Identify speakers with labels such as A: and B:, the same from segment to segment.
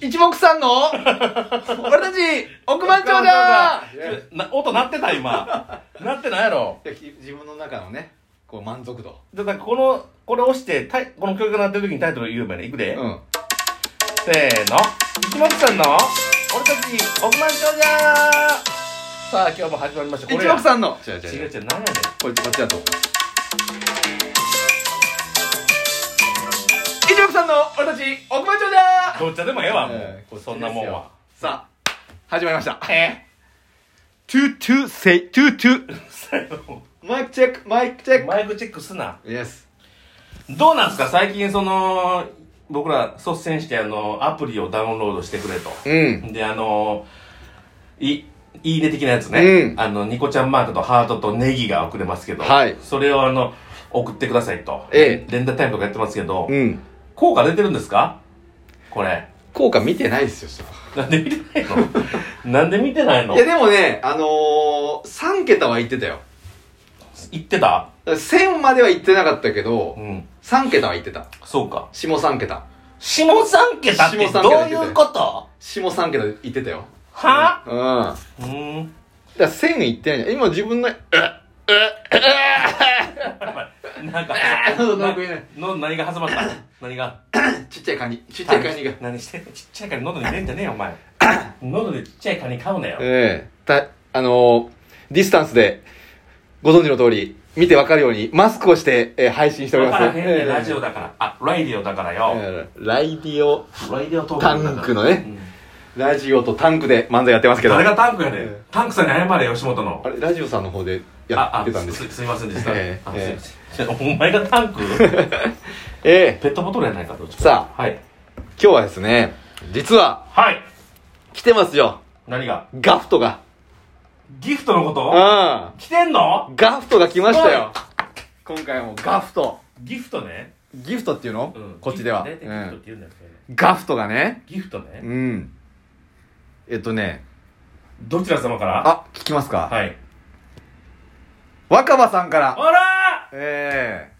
A: 一目散の 俺たち億万長者
B: いやいな音鳴ってた 今鳴ってないやろ
A: いやき自分の中のねこう満足度
B: だからこのこれ押してタイこの曲が鳴ってる時にタイトル言うばいいねいくで、
A: うん
B: せーの一目散の俺たち億万長者さあ今日も始まりました
A: 一
B: これや
A: 目散の違う違う違
B: 違う
A: う
B: 違う何やねん
A: こっちこっちだと一目散の俺たち億万長者
B: どっちでもええわ、も
A: ええこっ
B: う
A: ち
B: そんなもんは
A: さあ始まりました
B: え
A: トゥトゥセイトゥトゥ
B: 最後
A: マイクチェックマイクチェッ
B: マイクチェックすな
A: クイエス
B: どうなんすか最近その僕ら率先してあのアプリをダウンロードしてくれと、
A: うん
B: であのいいいね的なやつね、
A: うん
B: あのニコちゃんマークとハートとネギが送れますけど、
A: はい
B: それをあの送ってくださいと、
A: え
B: 連打タイムとかやってますけど、
A: うん
B: 効果出てるんですかこれ
A: 効果見てないですよそれ
B: なんで見てないの なんで見てないの
A: いやでもねあのー、3桁は言ってたよ
B: 言ってた
A: 1000までは言ってなかったけど
B: うん
A: 3桁は言ってた
B: そうか
A: 下3桁
B: 下三桁ってどういうこと
A: 下3桁言ってたよ
B: は
A: うんだか
B: うん
A: ら1000言ってないじゃん今自分の
B: な んか、
A: 喉の奥にね
B: の何が挟まった何が
A: ちっちゃいカニちっちゃいカニが
B: 何してんのちっちゃいカニ喉に入れんじゃねえよ、お前。喉でちっちゃいカニ買うなよ。
A: ええたあのー、ディスタンスでご存知の通り見てわかるようにマスクをして、えー配信しており
B: わ
A: ま
B: か
A: す
B: らへんねん、ラジ
A: オ、
B: オだから。あ、ライディオだからよ。
A: ええライディオ
B: ライディオトークだから。
A: タンクのね
B: うん。
A: ラジオとタンクで漫才やってますけど
B: 誰がタンクやね
A: え
B: ん
A: え。
B: タンクさんに謝れ、吉本の
A: あ。れラジオさんの方でや
B: あ、
A: っ
B: あ
A: てたんです
B: すすいませんでした。
A: ええ
B: あ
A: ええ
B: すいませんお前がタンク
A: ええ
B: ペットボトルやないか、どっちか
A: さ
B: あ。はい。
A: 今日はですね実は
B: はい。
A: 来てますよ
B: 何が
A: ガフトが
B: ギフトのこ
A: う
B: と
A: ん
B: 来てんの
A: ガフトが来ましたよ今回もガフト
B: ギフトね。
A: ギフトっていうの、
B: うん
A: こっちでは、
B: ギフトねギフトって言うんだけどね。
A: うんガフトがね
B: ギフトね。
A: うんえっとね
B: どちら様から
A: あ聞きますか、
B: はい。
A: 若葉さんから
B: あら
A: ええ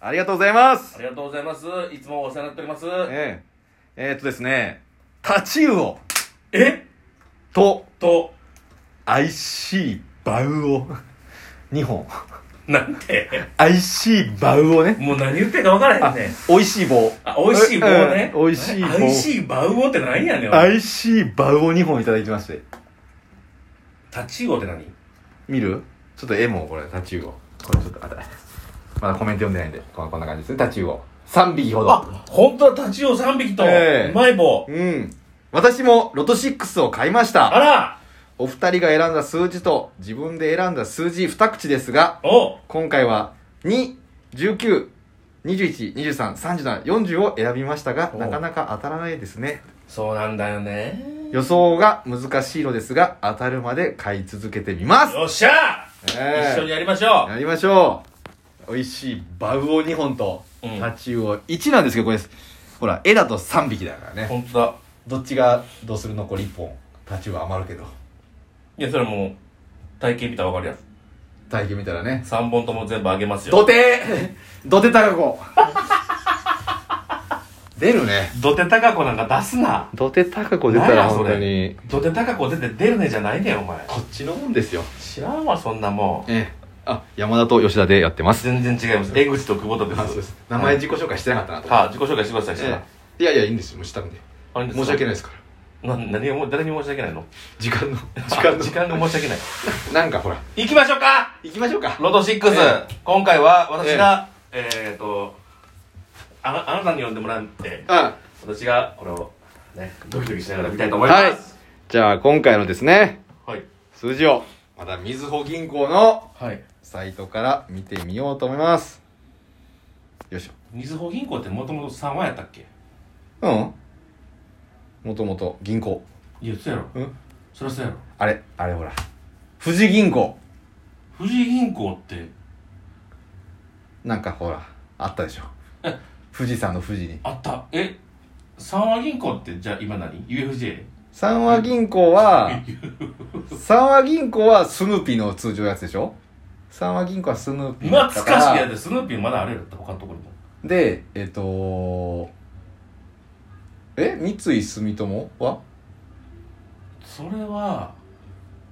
A: ありがとうございま
B: ーあ
A: す
B: りがとうございます。いつもお世話になっております。
A: えええーっとですねタチウオ
B: え
A: と
B: と、
A: IC バウオ2本
B: なんて、
A: IC バウオね
B: もう何言ってんか分からへんねん。
A: 美味しい棒
B: あ、美味しい棒ね。
A: ええ美味しい棒
B: 美味しいバウオって何やねん。い。
A: IC バウオ2本いただきまして
B: タチウオって何
A: 見るちょっと絵もこれタチウオこれちょっとあたまだコメント読んでないんでこんこんな感じですねタチウオ3匹ほど
B: あ、本当だ、タチウオ3匹と、
A: ええ
B: うまい棒。
A: うん私もロト6を買いまし
B: あ
A: た
B: ら
A: お二人が選んだ数字と自分で選んだ数字2口ですが
B: お
A: 今回は21921233740を選びましたが
B: お
A: なかなか当たらないですね
B: そうなんだよね。
A: 予想が難しいのですが当たるまで買い続けてみます
B: よっしゃ、
A: ええ
B: 一緒にやりましょ
A: やりましょう美味しいバウオ2本と
B: うん
A: タチウオ1なんですけどこれですほら絵だと3匹だから
B: う。
A: ね
B: 本当だ。
A: どっちがどうする残り1本タチウオ余るけど
B: いや、それもう、体型見たら分かるやん。
A: 体験見たらね
B: 3本とも全部あげますよ。
A: 土手土手高子出るね
B: どて高子なんか出すな。
A: 土手高子
B: なんやそれどて高子出て出るねじゃないねんお前
A: こっちのもんですよ
B: 知らんわそんなもん
A: ええあ山田と吉田でやってます
B: 全然違います江口と久保田です
A: 名前自己紹介してなかったなと、
B: はあ自己紹介してくださいした
A: え
B: ら
A: えいやいやいいんですよしたんで
B: あれです
A: 申
B: か
A: し訳ないですから
B: な何がもう誰に申し訳ないの
A: 時間の 時
B: あ
A: 間の
B: 時間が申し訳ない
A: なんかほら
B: 行きましょうか
A: 行きましょうか
B: ロト6、
A: え
B: 今回は私がえー、とあなあなたに呼んでもらって
A: あ
B: 私がこれをねドキドキしながら見たいと思います
A: じゃあ今回のですね
B: はい
A: 数字をまたみずほ銀行の
B: はい
A: サイトから見てみようと思いますよいしょ
B: みずほ銀行ってもともと3万やったっけ
A: うんもともと銀行
B: いやそうやろ
A: うん
B: そりゃそうやろ
A: あれあれほら富士銀行
B: 富士銀行って
A: なんかほらあったで しょ
B: え
A: 富士山の富士に
B: あったえ三和銀行ってじゃあ今何 ?UFJ?
A: 三和銀行は三和銀行はスヌーピーの通常やつでしょ三和銀行はスヌーピーだ
B: 懐
A: っ
B: か
A: た
B: し
A: か
B: い
A: ら
B: やでスヌーピーまだあれだった他のところにも
A: でえっ、とえ三井住友は
B: それは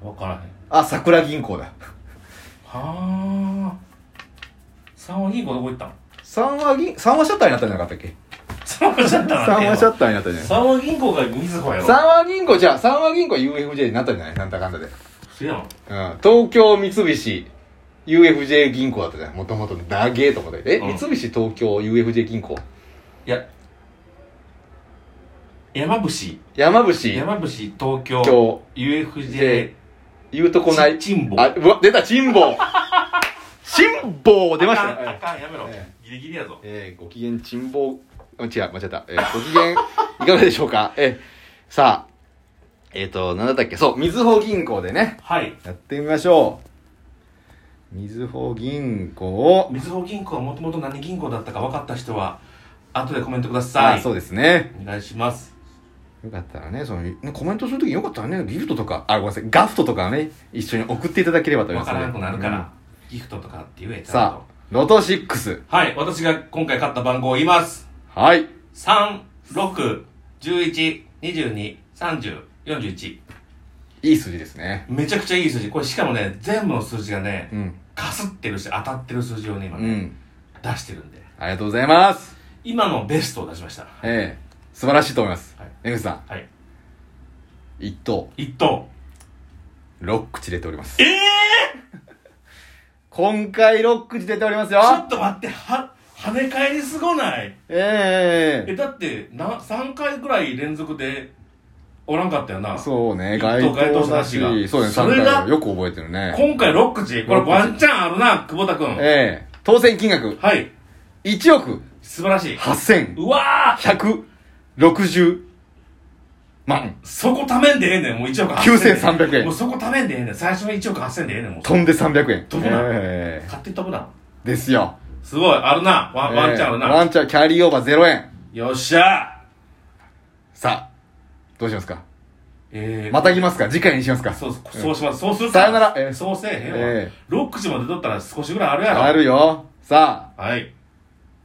B: 分からへん
A: あ桜銀行だ
B: はあ三和銀行どこ行ったん
A: 三和銀三和シャッターになったんじゃなかったっけ
B: 三和シャッターなん
A: 三
B: て
A: 和シャッターになったんじゃない
B: 三和銀行がみずほやろ
A: 三和銀行じゃあ三和銀行 UFJ になったんじゃないなんだかんだで、うん、
B: そやん
A: 東京三菱 UFJ 銀行だったじゃんもともと長えと思ってえ、
B: うん
A: 三菱東京 UFJ 銀行
B: いや山伏
A: 山伏
B: 山伏東
A: 東
B: 京
A: 京
B: UFJ
A: 言うとこない
B: ちんぼ
A: あうわ出た辛 坊辛坊出ました
B: あかんあ
A: ね
B: かんやめろ
A: え
B: ギリギリやぞ
A: えー、ご機嫌辛抱、あ違う、間違った。えー、ご機嫌、いかがでしょうかえー、さあ、えっ、ー、と、なんだったっけそう、みずほ銀行でね、
B: はい
A: やってみましょう。みずほ銀行、
B: みずほ銀行はもともと何銀行だったか分かった人は後でコメントくだ
A: さ
B: さ
A: あ、
B: い
A: そうですね。
B: お願いします
A: よかったらね、その、ねコメントするときよかったらね、ギフトとか、あ、ごめんなさい、ガフトとかね、一緒に送っていただければと思いま
B: 分
A: す
B: か
A: ので
B: らなくなるか
A: うん
B: らギフトとかって言えちゃ
A: さ
B: う
A: あ、ロト6。
B: とはい私が今回買った番号を言います
A: はい。
B: 三六十一二十二三十四十一
A: いい数字ですね。
B: めちゃくちゃいい数字これしかもね全部の数字がね
A: うん。
B: かすってるし当たってる数字をね今
A: う
B: ね、
A: ん。
B: 出してるんで
A: ありがとうございます。
B: 今のベストを出しました
A: ええ素晴らしいと思います。
B: はい
A: 江口さん、
B: はい
A: 一等、
B: 一等
A: ロックチ出ております。
B: ええ
A: 今回ロックチ出ておりますよ
B: ー、ちょっと待っては跳ね返りすごない
A: ええ
B: えだってな3回ぐらい連続でおらんかったよな
A: そうね、
B: 一等
A: 該当だ
B: 該当者なしが
A: そうね、
B: そ
A: 三
B: れが
A: 回よく覚えてるね。
B: 今回6口これワンチャンあるな久保田君
A: ええ当選金額、
B: はい
A: 1億
B: 素晴らしい
A: 8160
B: うわー
A: 万。
B: そこ貯めんでええねんもう1億
A: 9300円
B: もうそこ貯めんでええねん最初の1億8000でええねんもう
A: 飛んで300円。
B: 飛ぶな
A: え
B: 勝手に飛ぶな
A: えですよ。
B: すごいあるなワン,、ワンチャンある
A: ええワ
B: な
A: ンチャン、キャリーオーバー0円。
B: よっしゃ
A: さあ、どうしますか
B: えー、
A: またぎますか次回にしますか
B: そうそうしますそうする
A: さよならえ
B: え
A: ー
B: そうせえへんわ、
A: え
B: 6口まで取ったら少しぐらいあるやろ
A: あるよ。さあ、
B: はい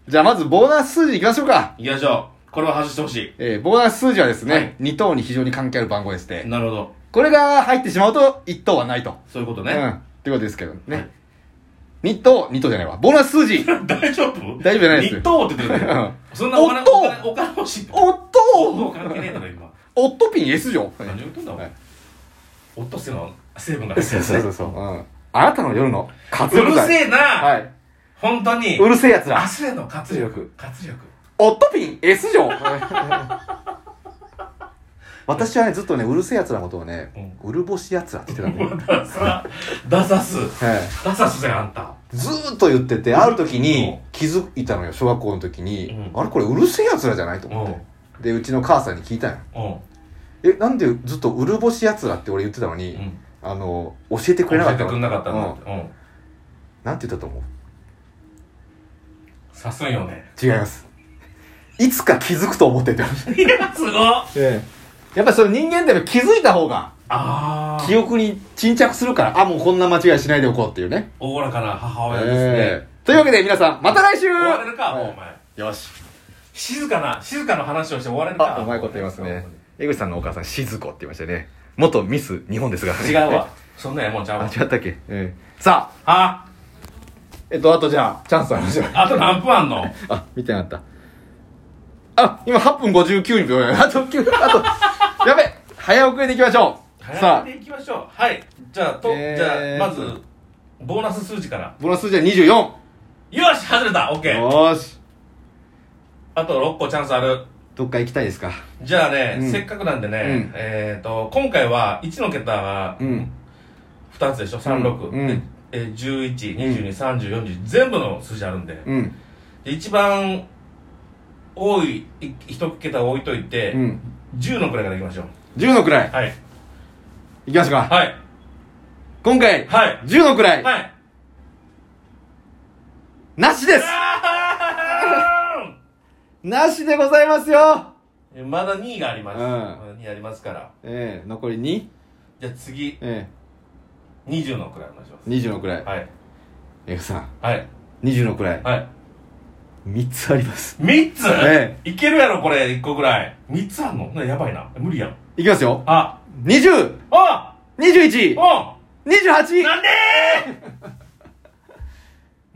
A: じゃあまずボーナス数字いきましょうか。
B: いきましょうこれは外してほし
A: えー、ボーナス数字はですね、
B: はい
A: 2等に非常に関係ある番号でし
B: い
A: て、
B: なるほど
A: これが入ってしまうと1等はないと。
B: そういうこと
A: う
B: ね、
A: ん。ということですけど
B: は
A: ね。2等、2等じゃないわ。ボーナス数字
B: 大丈夫
A: 大丈夫じゃないです
B: 日東って言ってるね
A: うん
B: そんなお金
A: おっと
B: お金お金欲し い
A: おっ
B: も
A: と
B: う関係ねえだろ今
A: おっとピン S じょ
B: 何を言ってんだお
A: はい
B: 前オットセの成分が必要ですね
A: うそう。うん。あなたの夜の活
B: う
A: 力
B: る
A: 剤。
B: せえな、
A: はい。
B: 本当に
A: うるせえやつ
B: 明
A: ら。
B: 日への活力活力
A: おっとピン S じょ 私はね、ずっとね、うるせえやつらのことをね、うるぼしやつらって言ってたん だよ。
B: ダサダサす
A: はい。
B: ダサすじゃんあんた
A: ずーっと言ってて、ある時
B: うん
A: に気づいたのよ、小学校の時に、
B: うん
A: あれこれうるせえ奴らじゃないと
B: う
A: 思
B: ん
A: って、で、うちの母さんに聞いたのよ。
B: うん
A: え、なんでずっとうるぼし奴らって俺言ってたのに、
B: うん
A: あの、教えてくれなかった
B: 教えてくんなかった
A: の
B: の
A: うん
B: うん
A: なんて言ったと思う
B: さすんよね
A: 違います。いつか気づくと思ってて。
B: いやすごっ
A: ええやっぱりその人間でも気づいた方が、
B: あ
A: 記
B: ー
A: 憶に沈着するから、あ、もうこんな間違いしないでおこうっていうね。
B: おおらかな母親ですね
A: ええというわけで皆さん、また来週
B: 終われるか
A: はい
B: もうお前
A: よし。
B: 静かな静かな話をして終われる
A: あ
B: か、
A: うまいこと言いますね。江口さんのお母さん、しずこって言いましたね。元ミス日本ですが。
B: 違う。わそんなんやもんちゃう
A: あ、
B: わ
A: 違ったっけええさあ、
B: あ
A: えっと、あとじゃあ、チャンスありまし ょう。
B: あと何分あんの
A: あ、見てなかった。あ、今8分59秒。 あと9、あと、やべ早送りでいきましょう。
B: 早
A: さ
B: め
A: あ、
B: でいきましょうはいじゃあと、
A: えー
B: じゃあまずボーナス数字から
A: ボーナス数字は24。よ
B: よし外れた OK
A: ーし。
B: あと6個チャンスある
A: どっか行きたいですか
B: じゃあね、
A: うん
B: せっかくなんでね、
A: うん
B: えっ、と今回は1の桁が
A: うん。
B: 2つでしょ36、
A: うんうん
B: えー、11223040全部の数字あるんで、
A: うん。
B: で一番多いい一桁置いといて、
A: うん。
B: 10のくらいからいきましょう
A: 10の位。
B: はい
A: いきましょうか。
B: はい
A: 今回、
B: はい
A: 10の位、
B: はい
A: なしです
B: あ
A: なしでございますよ
B: ーんまだ2があります、
A: うん
B: まだ2ありますから
A: ええ残り 2?
B: じゃあ次
A: え
B: 20のくらいお願いしま
A: え20の位。
B: すはい
A: エグさん、
B: はい
A: 20の位。
B: はい
A: 3つあります。
B: 3つ、
A: え
B: いけるやろこれ1個ぐらい3つあんのなやばいな無理やん
A: いきますよ。
B: あ
A: 20、
B: あ
A: 21、
B: お
A: 28!
B: なんでー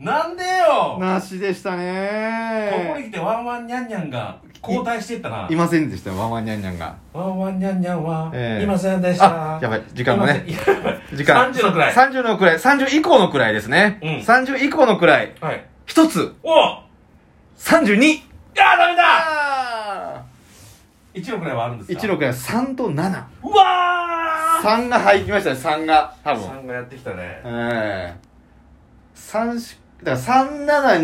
B: なんでよ
A: なしでした
B: ここに
A: ね
B: 来てワンワンニャンニャンが交代してったない
A: ませんでしたよ、ワンワンニャンニャンが。
B: ワンワンニャンニャンは
A: ええ
B: いませんでした、
A: あ、やばい、時間もね。
B: いませんいや
A: 時間。
B: 30のくらい
A: 30のくらい。30以降のくらいですね。
B: うん
A: 30以降のくらい。
B: はい
A: 一つ、
B: おい
A: 32!
B: やダメだ
A: あ
B: 1のくらいはあるんですか
A: !1 のくらい、3と7。
B: うわー
A: 3が入りましたね、3が。多分。
B: 3がやってきたね
A: ええ三しだから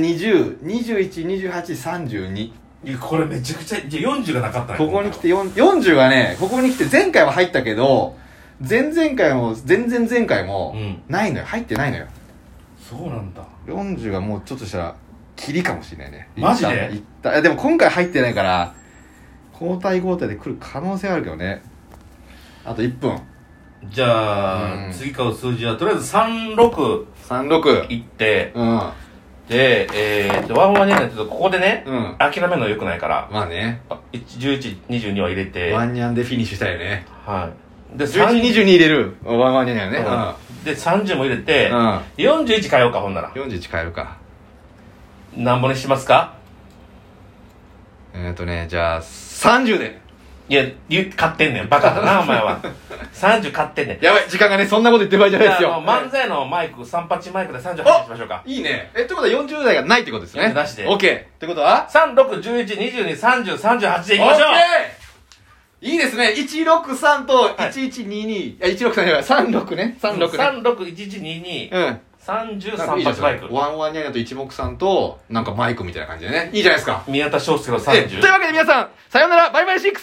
A: 3720212832
B: いやこれめちゃくちゃじゃあ40がなかったね
A: ここに来て4 40がねここに来て前回は入ったけど前々回も前々前回も
B: うん
A: ないのよ入ってないのよ
B: そうなんだ
A: 40がもうちょっとしたらキリかもしれないね
B: マジで
A: いったいったでも今回入ってないから交代交代で来る可能性はあるけどねあと1分
B: じゃあ、
A: うん
B: 次買う数字はとりあえず36
A: 36
B: いって
A: うん
B: でえー、っとワンワンニャンニャンちょっとここでね、
A: うん
B: 諦めるのよくないから
A: まあね
B: 1122は入れて
A: ワンニャンでフィニッシュしたいよね
B: はいで
A: 11、22
B: 30
A: 入れる。ワンワンニャンやね。
B: で30も入れて、
A: う
B: 41変えようかほんなら
A: ん。うん。41変えるか。
B: なんぼにしますか
A: えっとね、じゃあ、30で。
B: いや言う買ってんねんバカ だなお前は30買ってんねん
A: やばい、時間がね、そんなこと言ってる場合じゃないです
B: じ
A: よ
B: ゃあ。あの漫才のマイク38マイクで38にしましょうか
A: いいね。え、ってことは40代がないってことですね。
B: 40なしで
A: OK。ってことは
B: 3611203038でいきましょう
A: OK いいですね。163と1122。あ、163じゃない、36ね。36ね。
B: 361122
A: うん。
B: 三十
A: なんかいい
B: 三
A: じゃ
B: 八マイ
A: ん
B: ク。
A: ワンワンニャンニャンと一目さんと、なんかマイクみたいな感じでね。いいじゃないですか。
B: 宮田翔介の三
A: え
B: 十
A: とい。うわけで皆さん、さようなら、バイバイシックス